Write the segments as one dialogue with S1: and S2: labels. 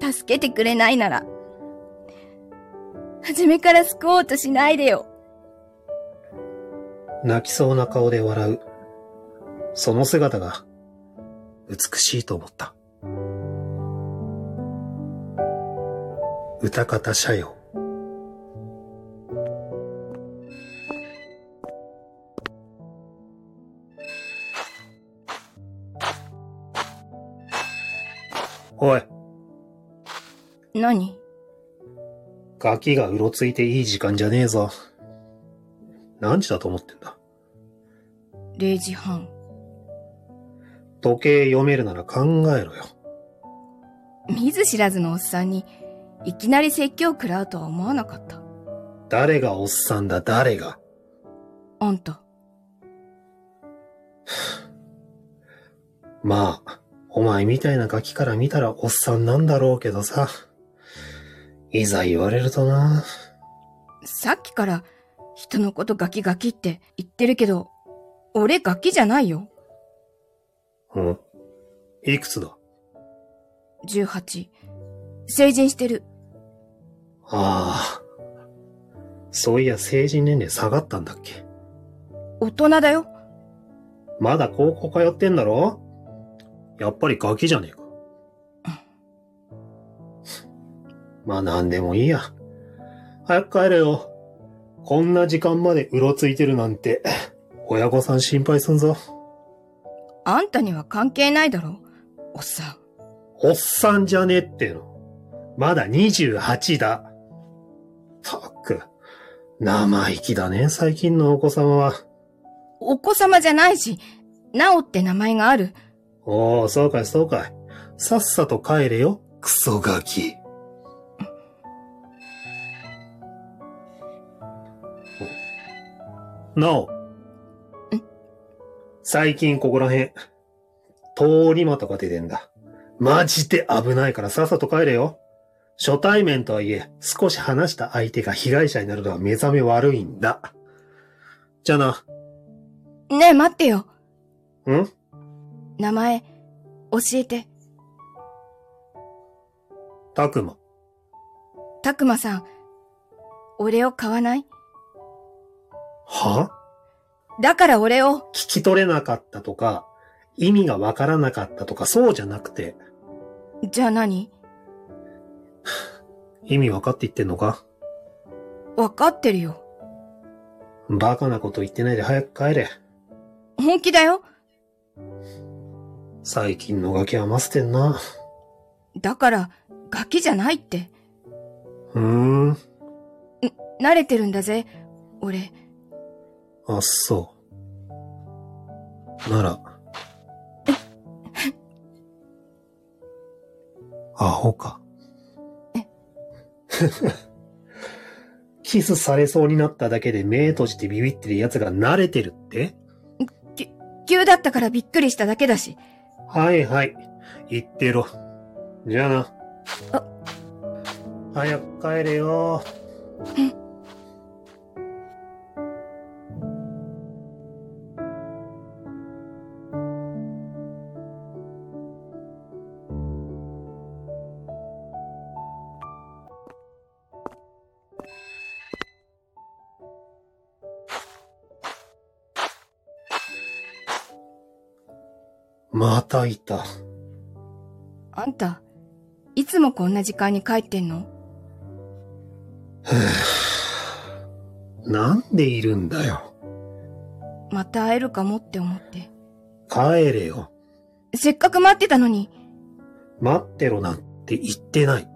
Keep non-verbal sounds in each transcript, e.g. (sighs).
S1: 助けてくれないなら、初めから救おうとしないでよ。
S2: 泣きそうな顔で笑う。その姿が、美しいと思った。歌方社用。おい、
S1: 何
S2: ガキがうろついていい時間じゃねえぞ。何時だと思ってんだ。
S1: ?0 時半。
S2: 時計読めるなら考えろよ。
S1: 見ず知らずのおっさんに、いきなり説教食らうとは思わなかった。
S2: 誰がおっさんだ、誰が。
S1: あんた、
S2: まあ、お前みたいなガキから見たらおっさんなんだろうけどさ。いざ言われるとな。
S1: さっきから人のことガキガキって言ってるけど、俺ガキじゃないよ。
S2: うん。いくつだ
S1: 18。成人してる。
S2: ああ。そういや成人年齢下がったんだっけ
S1: 大人だよ。
S2: まだ高校通ってんだろやっぱりガキじゃねえか。まあなんでもいいや。早く帰れよ。こんな時間までうろついてるなんて、親御さん心配すんぞ。
S1: あんたには関係ないだろ。おっさ
S2: おっさんじゃねえっての。まだ28だ。たく、生意気だね、最近のお子様は。
S1: ん。お子様じゃないし、なおって名前がある。
S2: おー、そうかい、そうかい。さっさと帰れよ、クソガキ。なお。最近ここら辺、通り魔とか出てんだ。マジで危ないからさっさと帰れよ。初対面とはいえ、少し話した相手が被害者になるのは目覚め悪いんだ。じゃあな、
S1: ねえ、待ってよ。
S2: ん
S1: 名前、教えて。
S2: たくま。
S1: たくまさん。俺を買わない
S2: は
S1: だから俺を、
S2: 聞き取れなかったとか、意味がわからなかったとか、そうじゃなくて、
S1: じゃあ何
S2: 意味わかって言ってんのか
S1: わかってるよ。
S2: バカなこと言ってないで早く帰れ。
S1: 本気だよ。
S2: 最近のガキ余せてんな。
S1: だから、ガキじゃないって。
S2: うーん。
S1: 慣れてるんだぜ。俺、
S2: あっそう。なら。アホか。 (laughs) キスされそうになっただけで目閉じてビビってる奴が慣れてるって
S1: 急だったからびっくりしただけだし。
S2: はいはい。行ってろ。じゃあな。
S1: あ
S2: 早く帰れよ。またいた。
S1: あんた、いつもこんな時間に帰ってんの
S2: なんでいるんだよ。
S1: また会えるかもって思って。
S2: 帰れよ。
S1: せっかく待ってたのに、
S2: 待ってろなんて言ってない。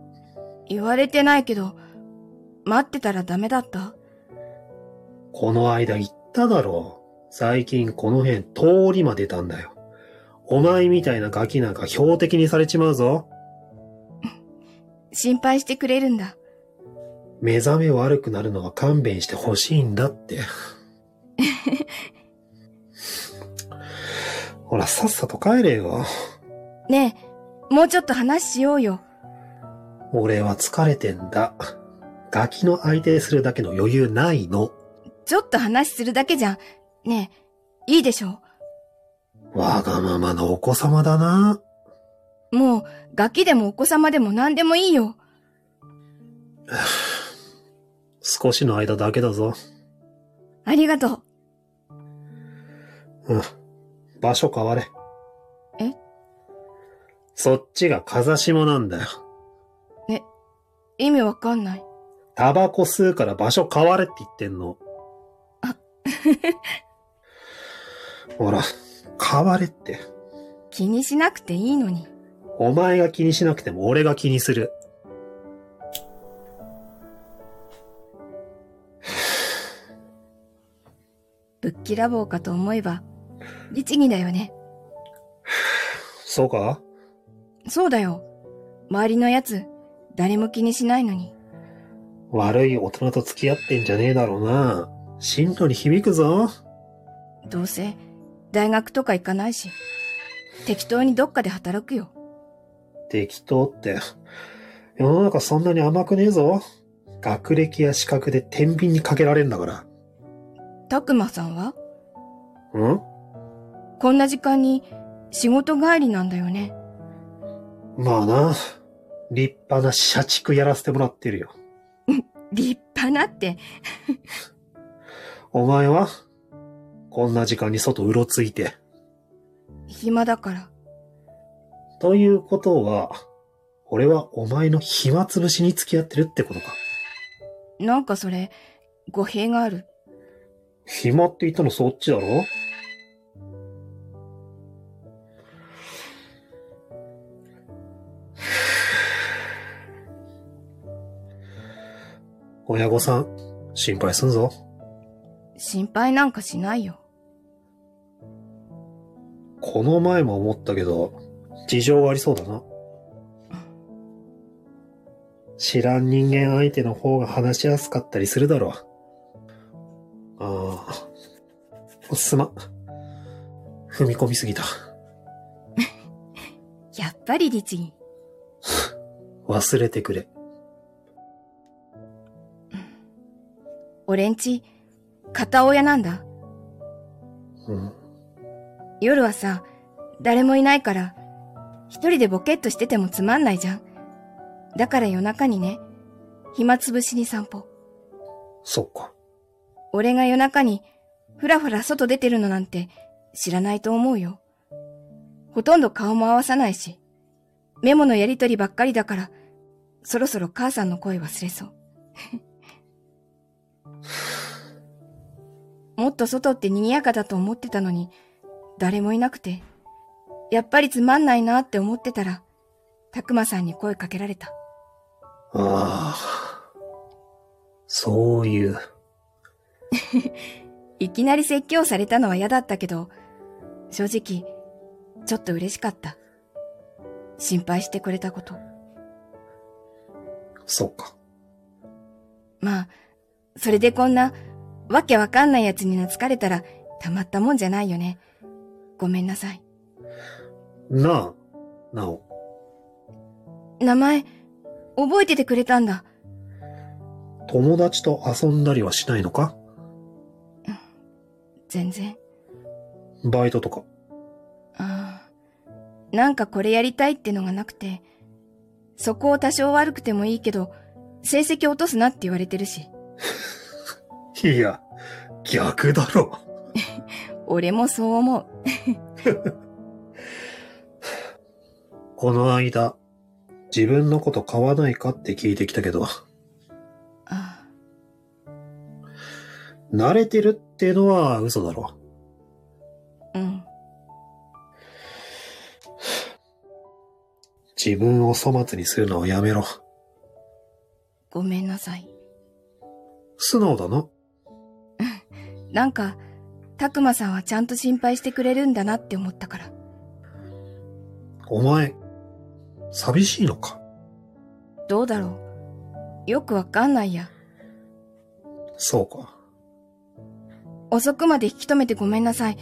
S1: 言われてないけど、待ってたらダメだった
S2: この間言っただろう。最近この辺通りまでたんだよ。お前みたいなガキなんか標的にされちまうぞ。
S1: 心配してくれるんだ。
S2: 目覚め悪くなるのは勘弁してほしいんだって。ほら、さっさと帰れよ。
S1: ねえ、もうちょっと話しようよ。
S2: 俺は疲れてんだ。ガキの相手するだけの余裕ないの。
S1: ちょっと話するだけじゃん。ねえ、いいでしょ
S2: わがままのお子様だな。
S1: もう、ガキでもお子様でも何でもいいよ。
S2: 少しの間だけだぞ。
S1: ありがとう。
S2: うん。場所変われ。
S1: え
S2: そっちが風下なんだよ。
S1: 意味わかんない。
S2: タバコ吸うから場所変われって言ってんの。
S1: あ
S2: (laughs) ほら、変われって。
S1: 気にしなくていいのに。
S2: お前が気にしなくても俺が気にする。
S1: ぶっきらぼうかと思えば、律儀だよね。
S2: そうか
S1: そうだよ。周りのやつ、誰も気にしないのに。
S2: 悪い大人と付き合ってんじゃねえだろうな。進路に響くぞ。
S1: どうせ、大学とか行かないし、適当にどっかで働くよ。
S2: 適当って。世の中そんなに甘くねえぞ。学歴や資格で天秤にかけられんだから。
S1: たくまさんは
S2: うん
S1: こんな時間に仕事帰りなんだよね。
S2: まあな。立派な社畜やらせてもらってるよ。
S1: 立派なって、
S2: お前はこんな時間に外うろついて。
S1: 暇だから。
S2: ということは、俺はお前の暇つぶしに付き合ってるってことか。
S1: なんかそれ、語弊がある。
S2: 暇って言ったのそっちだろ親御さん、心配すんぞ。
S1: 心配なんかしないよ。
S2: この前も思ったけど、事情がありそうだな。知らん人間相手の方が話しやすかったりするだろう。ああ。すまん。踏み込みすぎた。
S1: やっぱり律儀。
S2: 忘れてくれ。
S1: 俺んち、片親なんだ。
S2: うん。
S1: 夜はさ、誰もいないから、一人でボケっとしててもつまんないじゃん。だから夜中にね、暇つぶしに散歩。
S2: そっか。
S1: 俺が夜中に、ふらふら外出てるのなんて知らないと思うよ。ほとんど顔も合わさないし、メモのやりとりばっかりだから、そろそろ母さんの声忘れそう。 (laughs) もっと外って賑やかだと思ってたのに、誰もいなくて、やっぱりつまんないなって思ってたら、たくまさんに声かけられた。
S2: ああ。そういう。
S1: いきなり説教されたのは嫌だったけど、正直、ちょっと嬉しかった。心配してくれたこと。
S2: そっか。
S1: まあ、それでこんな、わけわかんないやつに懐かれたら、たまったもんじゃないよね。ごめんなさい。
S2: なあ、なお。
S1: 名前、覚えててくれたんだ。
S2: 友達と遊んだりはしないのか
S1: 全然。
S2: バイトとか。
S1: ああ。なんかこれやりたいってのがなくて、そこを多少悪くてもいいけど、成績落とすなって言われてるし。
S2: いや、逆だろ。
S1: 俺もそう思う。
S2: この間、自分のこと買わないかって聞いてきたけど、
S1: ああ。
S2: 慣れてるってのは嘘だろ。
S1: うん。
S2: 自分を粗末にするのはやめろ。
S1: ごめんなさい。
S2: 素直だな。
S1: なんか、たくまさんはちゃんと心配してくれるんだなって思ったから。
S2: お前、寂しいのか。
S1: どうだろう。よくわかんないや。
S2: そうか。
S1: 遅くまで引き止めてごめんなさい。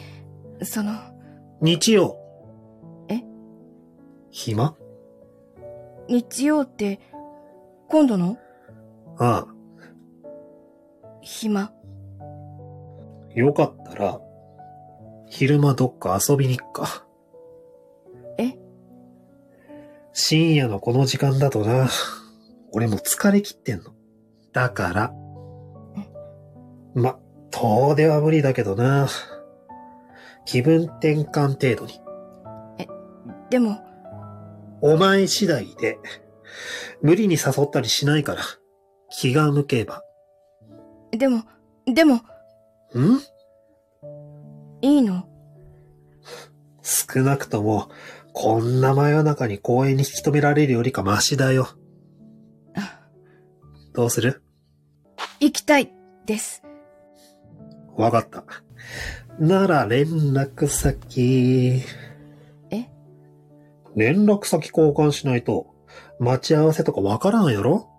S1: その、
S2: 日曜。
S1: え
S2: 暇
S1: 日曜って、今度の
S2: ああ。
S1: 暇。
S2: よかったら、昼間どっか遊びに行くか。
S1: え
S2: 深夜のこの時間だとな。俺もう疲れ切ってんの。だから。ま、遠出は無理だけどな。気分転換程度に。
S1: でも、
S2: お前次第で。無理に誘ったりしないから。気が向けば。
S1: でも、でも、
S2: ん
S1: いいの。
S2: 少なくとも、こんな真夜中に公園に引き止められるよりかマシだよ。
S1: あ
S2: どうする
S1: 行きたいです。
S2: わかった。なら連絡先。
S1: え
S2: 連絡先交換しないと、待ち合わせとかわからんやろ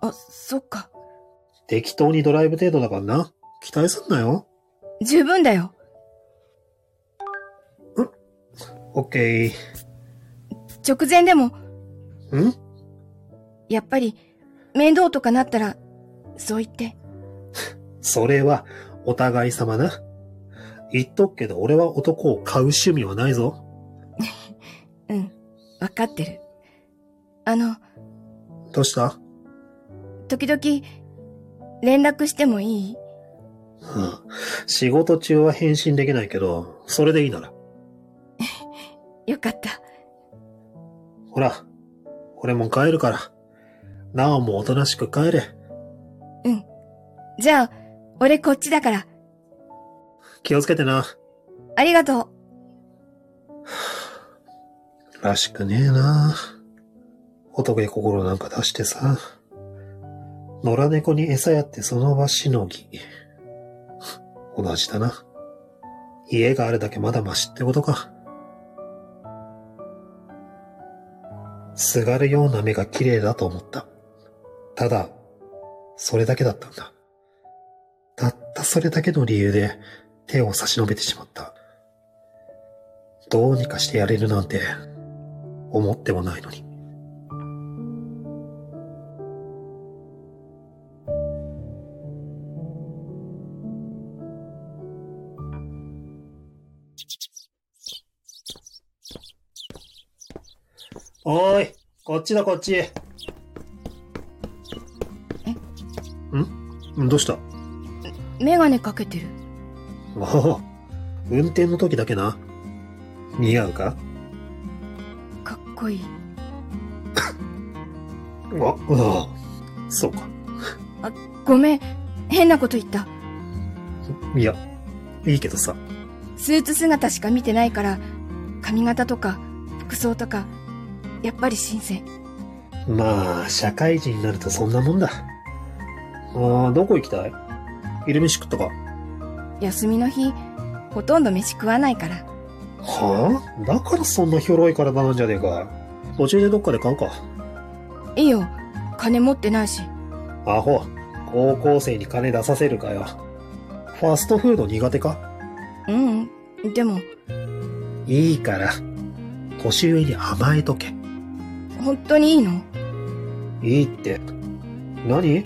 S1: あ、そっか。
S2: 適当にドライブ程度だからな。期待すんなよ。
S1: 十分だよ。
S2: オッケ
S1: 直前でも、
S2: ー。ん
S1: やっぱり、面倒とかなったら、そう言って。
S2: それは、お互い様な。言っとくけど、俺は男を買う趣味はないぞ。
S1: うん。わかってる。あの、
S2: どうした
S1: 時々、連絡してもいい
S2: うん仕事中は返信できないけど、それでいいなら。
S1: よかった。
S2: ほら、俺もう帰るから。なおもおとなしく帰れ。
S1: じゃあ、俺こっちだから、
S2: 気をつけてな。
S1: ありがとう。
S2: らしくねえな。男に心なんか出してさ。野良猫に餌やってその場しのぎ。同じだな。家があるだけまだマシってことか。すがるような目が綺麗だと思った。ただ、それだけだったんだ。たったそれだけの理由で手を差し伸べてしまった。どうにかしてやれるなんて思ってもないのに。おーい、こっちだこっち。えんどうした
S1: メガネかけてる。
S2: おお、運転の時だけな。似合うか
S1: かっこいい。
S2: あ、ああ、そうか。
S1: ごめん、変なこと言った。
S2: いや、いいけどさ。
S1: スーツ姿しか見てないから、髪型とか、服装とか、やっぱり新鮮。
S2: まあ、社会人になるとそんなもんだ。ああ、どこ行きたい昼飯食ったか。
S1: 休みの日、ほとんど飯食わないから。
S2: はあだからそんなひょろい体なんじゃねえか。途中でどっかで買うか。
S1: いいよ、金持ってないし。
S2: アホ、高校生に金出させるかよ。ファストフード苦手か
S1: ううん、でも、
S2: いいから。年上に甘えとけ。
S1: 本当にいいの
S2: いいって。何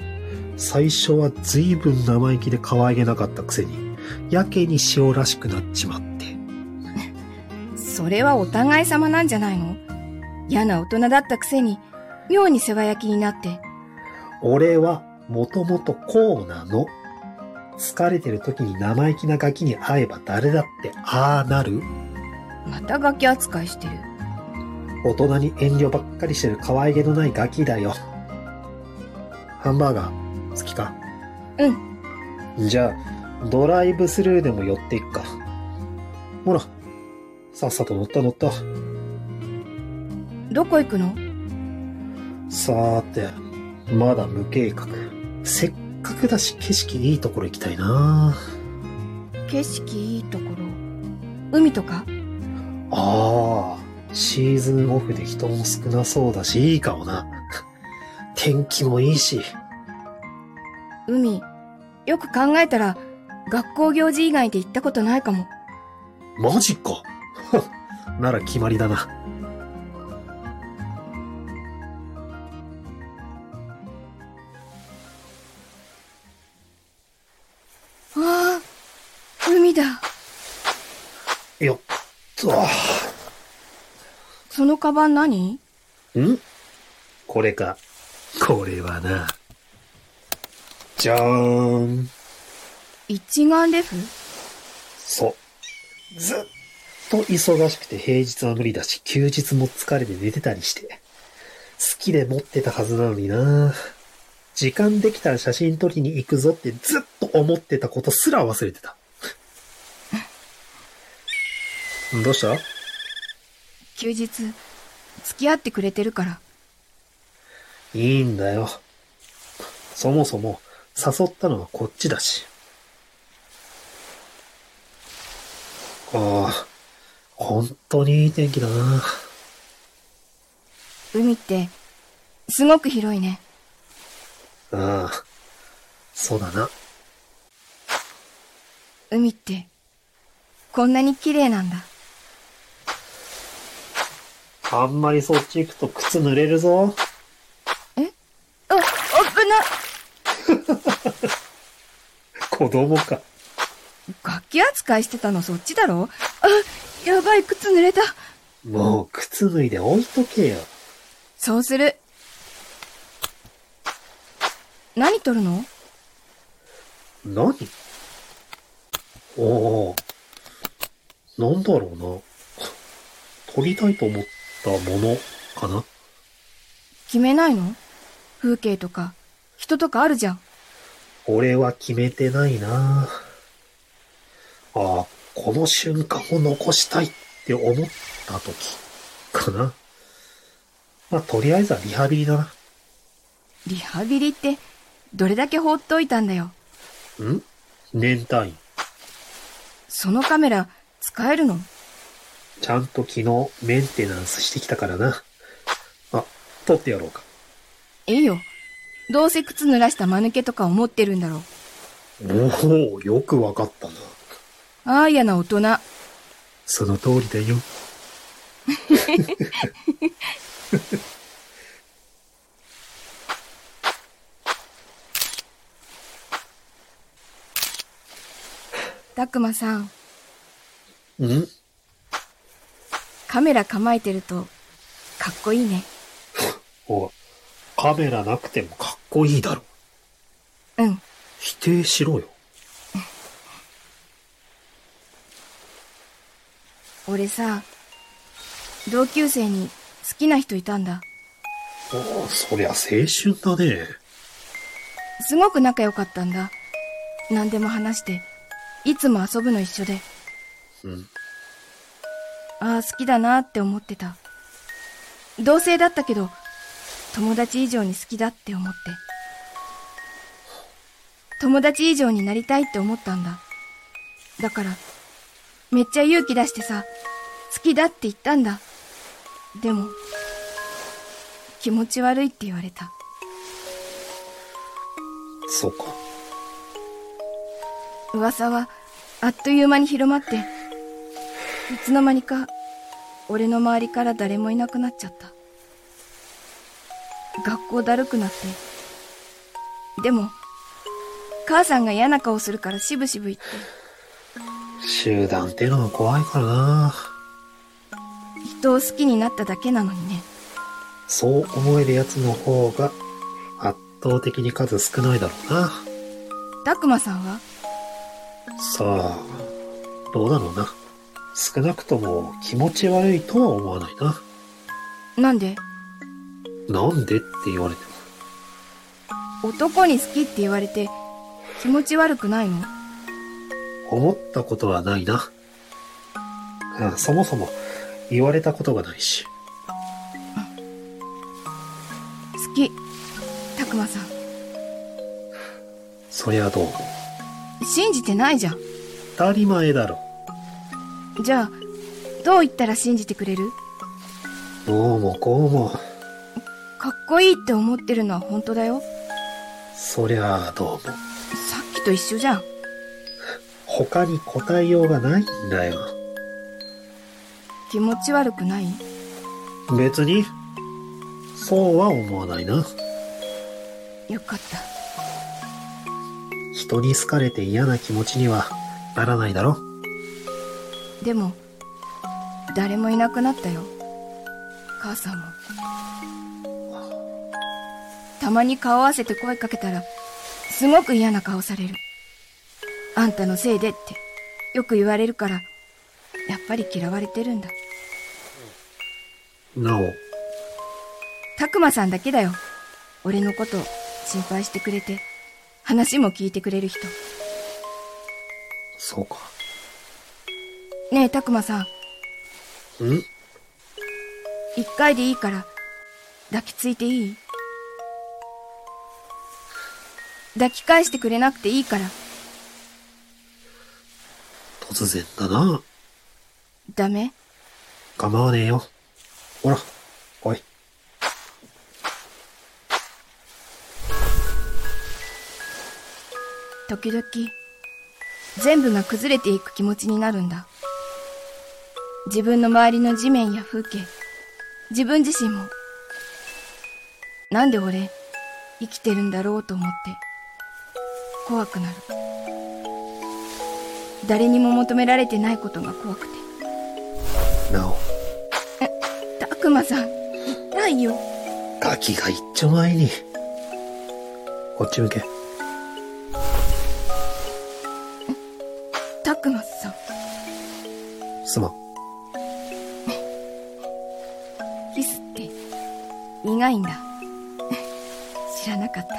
S2: 最初は随分生意気で可愛げなかったくせに、やけに塩らしくなっちまって。
S1: それはお互い様なんじゃないの嫌な大人だったくせに、妙に世話焼きになって。
S2: 俺はもともとこうなの。疲れてる時に生意気なガキに会えば誰だってああなる。
S1: またガキ扱いしてる。
S2: 大人に遠慮ばっかりしてる可愛げのないガキだよ。ハンバーガー、好きかうん。じゃあ、ドライブスルーでも寄っていくか。ほら、さっさと乗った乗った。
S1: どこ行くの
S2: さーて、まだ無計画。せっかくだし景色いいところ行きたいな
S1: 景色いいところ。海とか
S2: ああ、シーズンオフで人も少なそうだし、いいかもな。天気もいいし。
S1: 海。よく考えたら、学校行事以外で行ったことないかも。
S2: マジか。 (laughs) なら決まりだな。
S1: ああ、海だ。
S2: よっと。
S1: そのカバン何
S2: んこれか。これはな。じゃーん。
S1: 一眼レフ
S2: そう。ずっと忙しくて平日は無理だし、休日も疲れて寝てたりして。好きで持ってたはずなのにな時間できたら写真撮りに行くぞってずっと思ってたことすら忘れてた。 (laughs) どうした
S1: 休日、付き合ってくれてるから。
S2: いいんだよ。そもそも誘ったのはこっちだし。ああ、本当にいい天気だな。
S1: 海って、すごく広いね。
S2: ああ、そうだな。
S1: 海って、こんなに綺麗なんだ。
S2: あんまりそっち行くと靴濡れる (laughs) ぞ。
S1: あ、危な
S2: 子供か。
S1: 楽器扱いしてたのそっちだろあ、やばい、靴濡れた。
S2: もう靴脱いで置いとけよ。
S1: そうする。何撮るの
S2: 何おお。なんだろうな。撮りたいと思ったものかな
S1: 決めないの風景とか、人とかあるじゃん。
S2: 俺は決めてないなああ、この瞬間を残したいって思った時かな。まあ、とりあえずはリハビリだな。
S1: リハビリって、どれだけ放っといたんだよ。
S2: ん年単位。
S1: そのカメラ、使えるの
S2: ちゃんと昨日メンテナンスしてきたからな。あ、撮ってやろうか。
S1: いいよ。どうせ靴濡らした間抜けとか思ってるんだろう。
S2: おお、よくわかったな。
S1: ああやな大人。
S2: その通りだよ。
S1: たくまさん、
S2: ん
S1: カメラ構えてると、かっこいいね。
S2: おいカメラなくてもかっこいいだろ。
S1: うん。
S2: 否定しろよ。
S1: 俺さ、同級生に好きな人いたんだ。
S2: おお、そりゃ青春だね。
S1: すごく仲良かったんだ。何でも話して、いつも遊ぶの一緒で、
S2: うん。
S1: ああ好きだなって思ってた。同性だったけど、友達以上に好きだって思って。友達以上になりたいって思ったんだ。だから、めっちゃ勇気出してさ、好きだって言ったんだ。でも、気持ち悪いって言われた。
S2: そうか。
S1: 噂はあっという間に広まっていつの間にか俺の周りから誰もいなくなっちゃった学校だるくなってでも母さんが嫌な顔するからしぶしぶ言って
S2: 集団ってのは怖いからな。
S1: 人を好きになっただけなのにね
S2: そう思えるやつの方が圧倒的に数少ないだろうな。
S1: 拓磨さんは
S2: さあ、どうだろうな。少なくとも気持ち悪いとは思わないな。
S1: なんで
S2: なんでって言われても。
S1: 男に好きって言われて気持ち悪くないの
S2: 思ったことはないな。うんそもそも言われたことがないし。
S1: 好き拓磨さん
S2: そりゃどうも
S1: 信じてないじゃん
S2: 当たり前だろ。
S1: じゃあどう言ったら信じてくれる
S2: どうもこうも。
S1: かっこいいって思ってるのは本当だよ。
S2: そりゃあどうも。
S1: さっきと一緒じゃん。
S2: 他に答えようがないんだよ。
S1: 気持ち悪くない
S2: 別に、そうは思わないな。
S1: よかった。
S2: 人に好かれて嫌な気持ちにはならないだろ。
S1: でも、誰もいなくなったよ。母さんも。たまに顔合わせて声かけたら、すごく嫌な顔される。あんたのせいでって、よく言われるから、やっぱり嫌われてるんだ。
S2: なお、
S1: たくまさんだけだよ。俺のこと心配してくれて、話も聞いてくれる人。
S2: そうか。
S1: ねえ、たくまさん、
S2: ん
S1: 一回でいいから、抱きついていい抱き返してくれなくていいから、
S2: 突然だな。
S1: ダメ
S2: 構わねえよ。ほら、来い。
S1: 時々、全部が崩れていく気持ちになるんだ。自分の周りの地面や風景、自分自身も。なんで俺、生きてるんだろうと思って、怖くなる。誰にも求められてないことが怖くて。
S2: なお、
S1: たくまさん、痛いよ。
S2: ガキが一丁前に。こっち向け。
S1: たくまさん、
S2: すまん。
S1: キスって、苦いんだ。 (laughs) 知らなかった。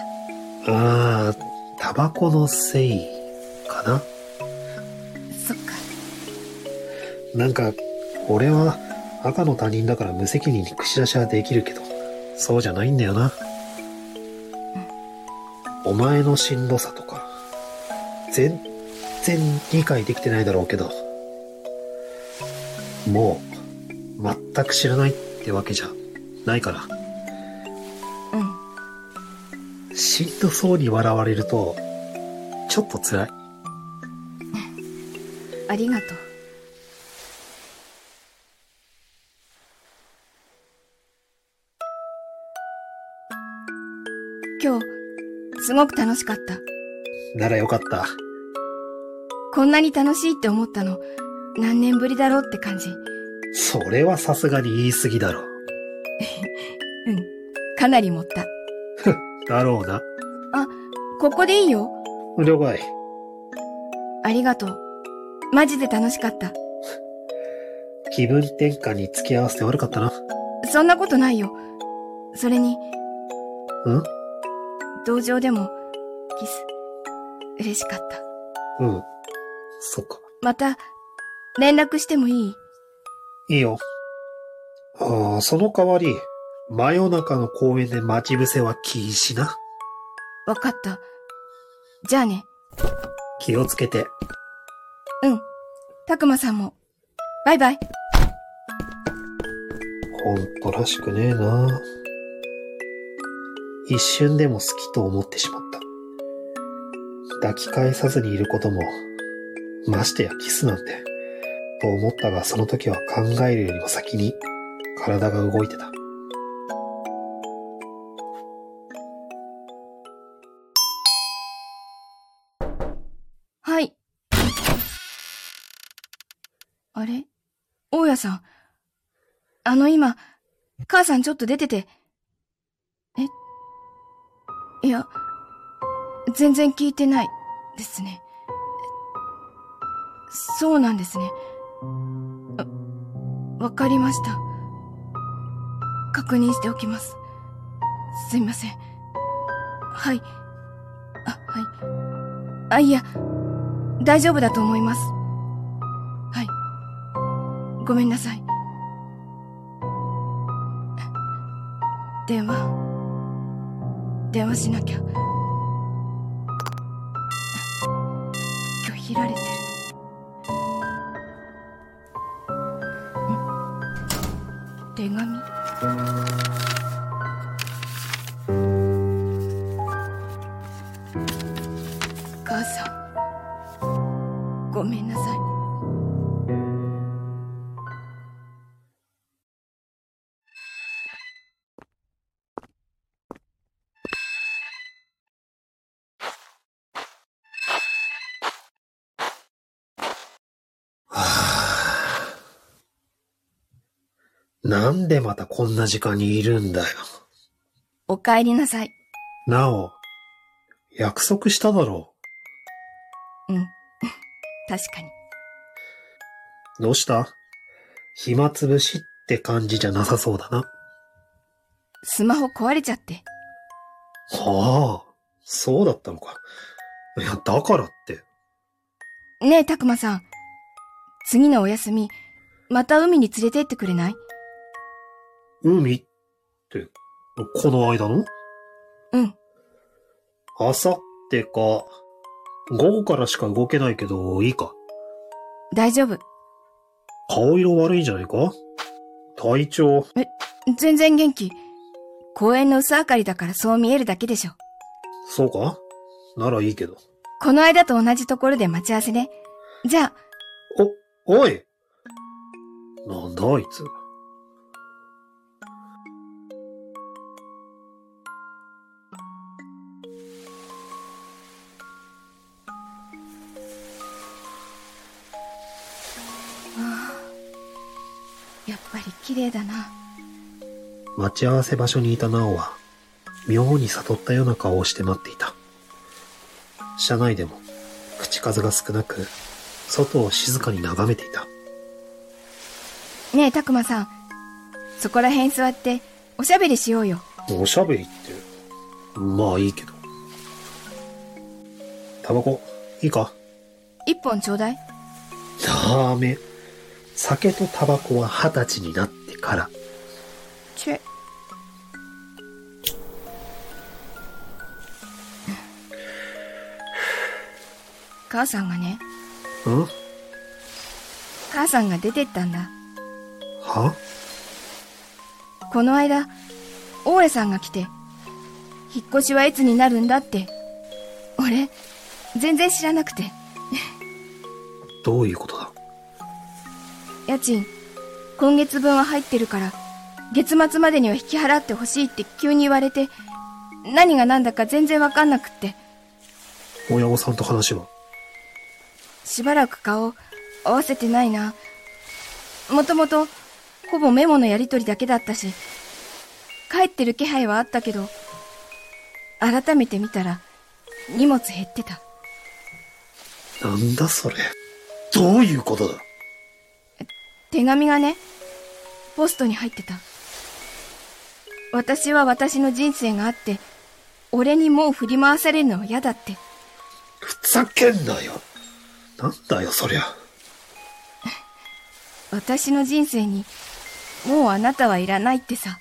S2: あー、タバコのせい、かな。
S1: そっか。
S2: なんか、俺は赤の他人だから無責任に口出しはできるけど、そうじゃないんだよな。お前のしんどさとか、全然理解できてないだろうけど、もう、全く知らないってわけじゃないから、
S1: うん。
S2: しんどそうに笑われると、ちょっと辛い。
S1: ありがとう。今日、すごく楽しかった。
S2: ならよかった。
S1: こんなに楽しいって思ったの、何年ぶりだろうって感じ。う
S2: それはさすがに言い過ぎだろ。
S1: ん。かなり持った。
S2: だろうな。
S1: ここでいいよ。
S2: 了解。
S1: ありがとう。マジで楽しかった。
S2: 気分転換に付き合わせて悪かったな。
S1: そんなことないよ。それに、
S2: うん
S1: 同情でも、キス、嬉しかった。
S2: うん。そっか。
S1: また、連絡してもいい
S2: いいよ。ああ、その代わり、真夜中の公園で待ち伏せは禁止な。
S1: わかった。じゃあね。
S2: 気をつけて。
S1: うん。たくまさんも。バイバイ。
S2: ほんとらしくねえな。一瞬でも好きと思ってしまった。抱き返さずにいることも、ましてやキスなんて、と思ったがその時は考えるよりも先に体が動いてた。
S1: はい。あれ大家さん。あの今、母さんちょっと出てて。えいや、全然聞いてないですね。そうなんですね。あわかりました。確認しておきます。すいません。はい。あ、はい。あ、いや。大丈夫だと思います。はい。ごめんなさい。電話。電話しなきゃ。拒否られてる。ん手紙母さん。ごめんなさい。
S2: は (sighs) ぁなんでまたこんな時間にいるんだよ。
S1: お帰りなさい。
S2: なお、約束しただろ
S1: うん。確かに。
S2: う。どうした暇つぶしって感じじゃなさそうだな。
S1: スマホ壊れちゃって。
S2: はあ、そうだったのか。いや、だからって。
S1: ねえ、たくまさん。次のお休み、また海に連れてってくれない
S2: 海って、この間の
S1: うん。
S2: あさってか、午後からしか動けないけど、いいか。
S1: 大丈夫。
S2: 顔色悪いんじゃないか体調、
S1: 全然元気。公園の薄明かりだからそう見えるだけでしょ。
S2: そうかならいいけど。
S1: この間と同じところで待ち合わせね。じゃあ、
S2: お、おいなんだあいつ。
S1: やっぱり綺麗だな。
S2: 待ち合わせ場所にいたナオは、妙に悟ったような顔をして待っていた。車内でも、口数が少なく、外を静かに眺めていた。
S1: ねえ、たくまさん。そこら辺座って、おしゃべりしようよ。
S2: おしゃべりって、まあいいけど。タバコ、いいか
S1: 一本ちょうだい。
S2: ダメ。酒とタバコは二十歳になってから。
S1: チェ。母さんがね、
S2: ん
S1: 母さんが出てったんだ。
S2: は
S1: この間、大江さんが来て、引っ越しはいつになるんだって。俺、全然知らなくて。
S2: どういうことだ
S1: 家賃、今月分は入ってるから、月末までには引き払ってほしいって急に言われて、何が何だか全然わかんなくって、
S2: 親御さんと話は
S1: しばらく顔合わせてないな。もともと、ほぼメモのやりとりだけだったし、帰ってる気配はあったけど、改めて見たら、荷物減ってた。
S2: なんだそれ。どういうことだ
S1: 手紙がね、ポストに入ってた。私は私の人生があって、俺にもう振り回されるのは嫌だって。
S2: ふざけんなよ。なんだよそりゃ。
S1: 私の人生に、もうあなたはいらないってさ。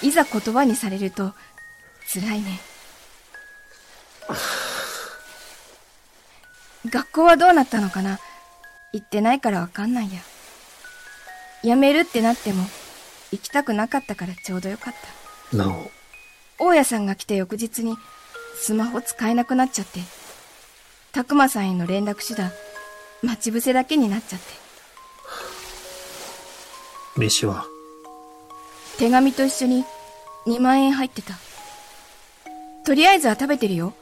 S1: いざ言葉にされると、辛いね。学校はどうなったのかな行ってないからわかんないや。辞めるってなっても、行きたくなかったからちょうどよかった。
S2: なお、
S1: 大家さんが来て翌日にスマホ使えなくなっちゃって、たくまさんへの連絡手段、待ち伏せだけになっちゃって、
S2: 飯は
S1: 手紙と一緒に2万円入ってた。とりあえずは食べてるよ。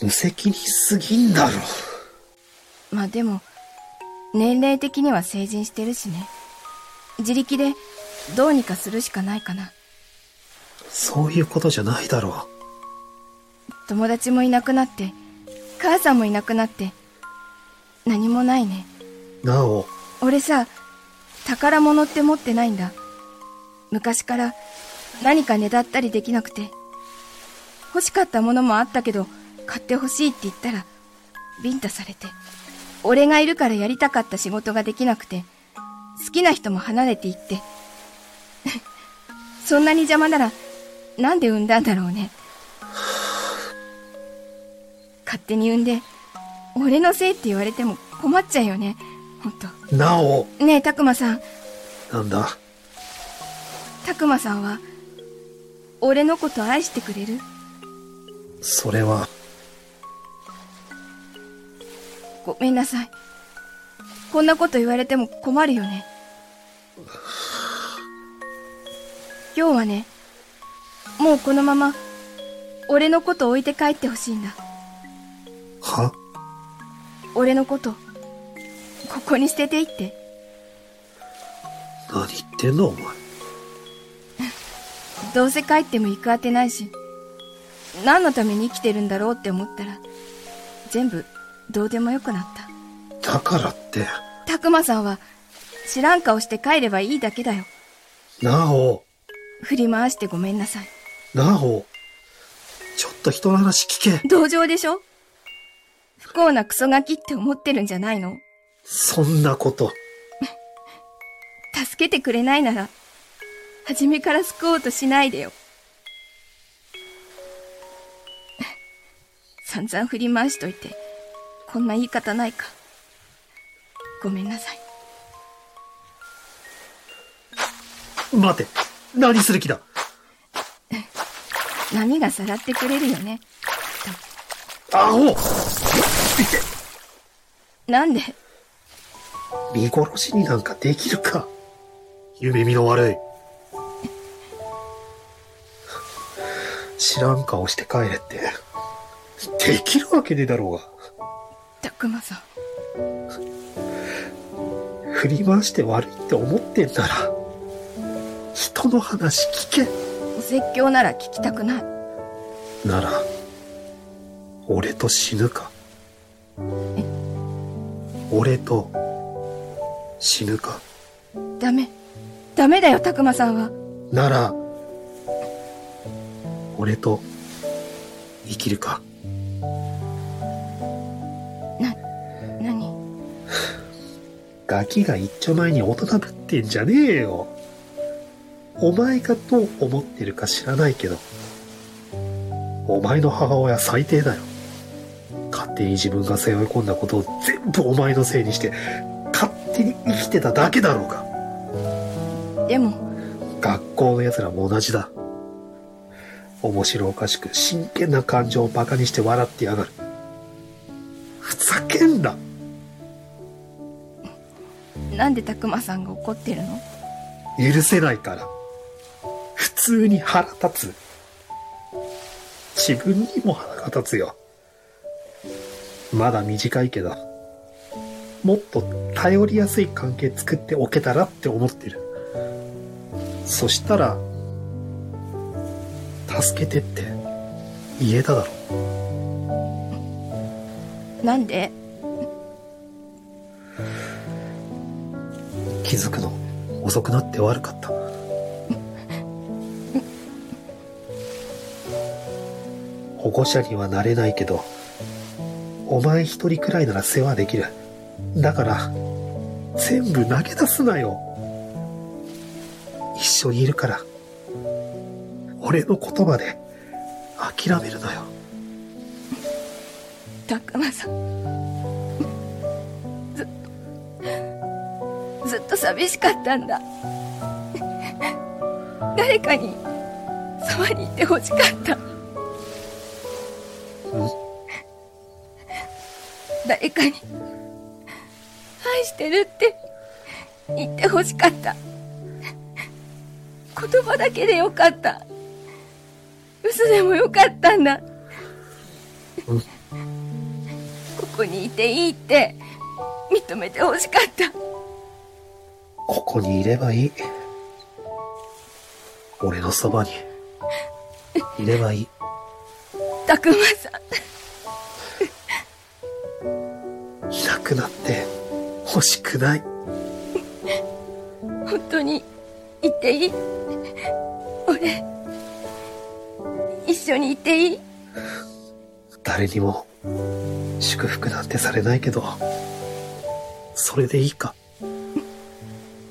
S2: 無責任すぎんだろ。
S1: まあでも、年齢的には成人してるしね。自力でどうにかするしかないかな。
S2: そういうことじゃないだろ
S1: 友達もいなくなって、母さんもいなくなって、何もないね。
S2: う。なお、
S1: 俺さ宝物って持ってないんだ昔から何かねだったりできなくて欲しかったものもあったけど買ってほしいって言ったらビンタされて俺がいるからやりたかった仕事ができなくて好きな人も離れていって (laughs) そんなに邪魔ならなんで産んだんだろうね勝手に産んで俺のせいって言われても困っちゃうよね本当。
S2: なお、
S1: ねえ、たくまさん。
S2: なんだ
S1: たくまさんは、俺のこと愛してくれる
S2: それは、
S1: ごめんなさい。こんなこと言われても困るよね。今日はね、もうこのまま、俺のこと置いて帰ってほしいんだ。
S2: は
S1: 俺のこと、ここに捨てていって。
S2: 何言ってんだお前。
S1: どうせ帰っても行くあてないし、何のために生きてるんだろうって思ったら、全部どうでもよくなった。
S2: だからって、
S1: たくまさんは知らん顔して帰ればいいだけだよ。
S2: なお、
S1: 振り回してごめんなさい。
S2: なお、ちょっと人の話聞け。
S1: 同情でしょ不幸なクソガキって思ってるんじゃないの
S2: そんなこと。
S1: 助けてくれないなら、初めから救おうとしないでよ。 (laughs) 散々振り回しといて、こんな言い方ないか。ごめんなさい。
S2: 待て、何する気だ
S1: 波がさらってくれるよね。
S2: アホ
S1: なんで
S2: 見殺しになんかできるか。夢見の悪い。知らん顔して帰れって。できるわけねえだろ
S1: たくまさん。
S2: うが。振り回して悪いって思ってんなら、人の話聞け。
S1: お説教なら聞きたくない。
S2: なら、俺と死ぬか。俺と死ぬか。
S1: ダメ。ダメだよ、たくまさんは。
S2: なら、俺と生きるか。
S1: 何
S2: ガキが一丁前に大人ぶってんじゃねえよ。お前がどう思ってるか知らないけど、お前の母親最低だよ。勝手に自分が背負い込んだことを全部お前のせいにして、勝手に生きてただけだろうか。
S1: でも、
S2: 学校の奴らも同じだ。面白おかしく真剣な感情をバカにして笑ってやがる。ふざけんな
S1: なんでたくまさんが怒ってるの
S2: 許せないから。普通に腹立つ。自分にも腹が立つよ。まだ短いけど、もっと頼りやすい関係作っておけたらって思ってる。そしたら、助けてって言えただろ。
S1: なんで
S2: 気づくの遅くなって悪かった。保護者にはなれないけど、お前一人くらいなら世話できる。だから、全部投げ出すなよ。一緒にいるから、俺の言葉で諦めるなよ。
S1: たくまさんずっとずっと寂しかったんだ誰かにそばにいてほしかった誰かに愛してるって言ってほしかった言葉だけでよかった嘘でもよかったんだ
S2: うん
S1: ここにいていいって認めてほしかった
S2: ここにいればいい。俺のそばにいればいい。
S1: たくまさん
S2: いなくなって欲しくない。
S1: 本当に行っていい俺一緒に行っていい
S2: 誰にも祝福なんてされないけど、それでいいか。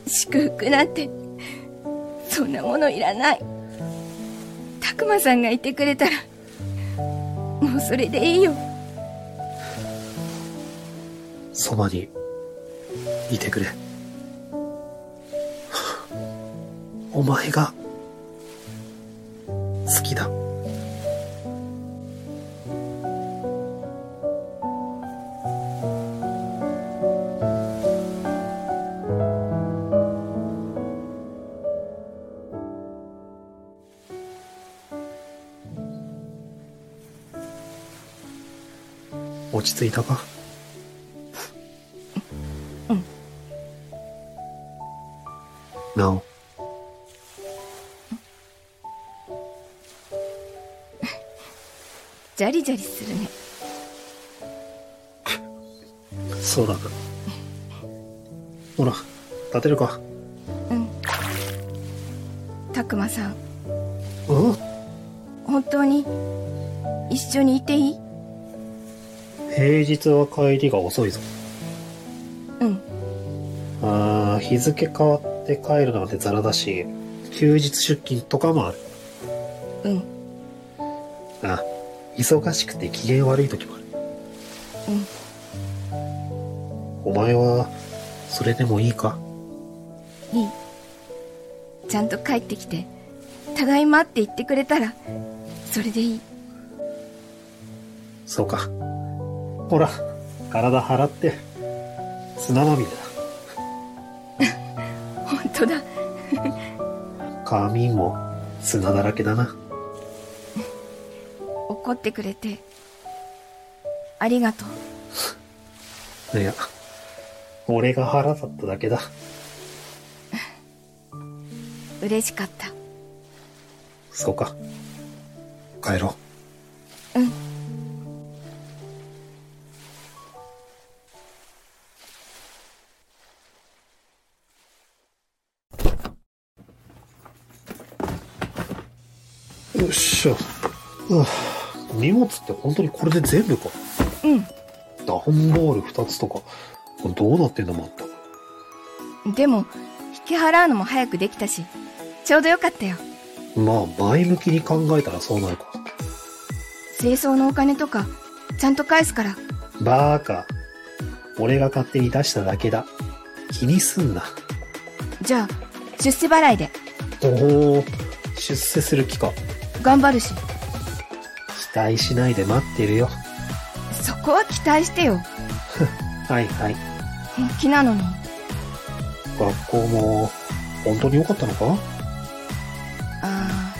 S1: 祝福なんてそんなものいらないたくまさんがいてくれたらもうそれでいいよ
S2: そばにいてくれ。お前が好きだ。落ち着いたかなお。
S1: ジャリジャリするね。
S2: そうだな。ほら、立てるか。
S1: うん。たくまさん、
S2: うん
S1: 本当に、一緒にいていい
S2: 平日は帰りが遅いぞ。
S1: うん。
S2: あー日付変わって帰るなんてザラだし、休日出勤とかもある。
S1: うん。うん。
S2: あ、忙しくて機嫌悪い時もある。お前は、それでもいいか
S1: いい。ちゃんと帰ってきて、ただいまって言ってくれたら、それでいい。
S2: そうか。ほら、体払って、砂まみれだ。
S1: 本当だ。
S2: 髪も砂だらけだな。
S1: 怒ってくれて、ありがとう。
S2: いや、俺が腹立っただけだ。
S1: 嬉しかった。
S2: そうか。帰ろう。
S1: うん。
S2: よっしゃ。うわ荷物って本当にこれで全部か。段ボール2つとか。これどうなってんだ、まったく。
S1: うん。でも、引き払うのも早くできたし、ちょうどよかったよ。
S2: まあ、前向きに考えたらそうなるか。
S1: 清掃のお金とか、ちゃんと返すから。
S2: バーカ。俺が勝手に出しただけだ。気にすんな。
S1: じゃあ、出世払いで。
S2: おお、出世する気か。
S1: 頑張るし。
S2: 期待しないで待ってるよ。
S1: そこは期待してよ。
S2: はいはい。
S1: 本気なのに。
S2: 学校も、本当に良かったのか
S1: あ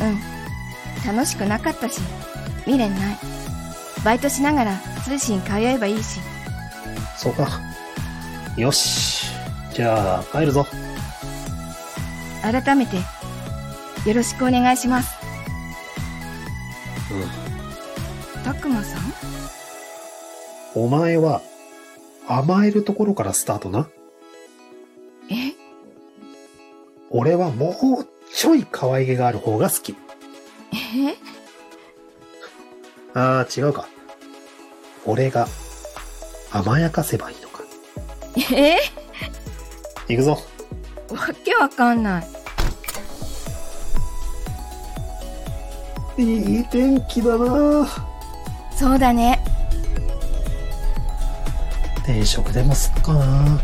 S1: あ、うん。楽しくなかったし、未練ない。バイトしながら通信通えばいいし。
S2: そうか。よし。じゃあ、帰るぞ。
S1: 改めて、よろしくお願いします。
S2: うん。
S1: たくまさん
S2: お前は、甘えるところからスタートな。
S1: え
S2: 俺はもうちょい可愛げがある方が好き。
S1: え
S2: ああ、違うか。俺が、甘やかせばいいのか。
S1: え
S2: 行くぞ。
S1: わけわかんない。
S2: いい天気だな
S1: そうだね。
S2: 転職でもすっかな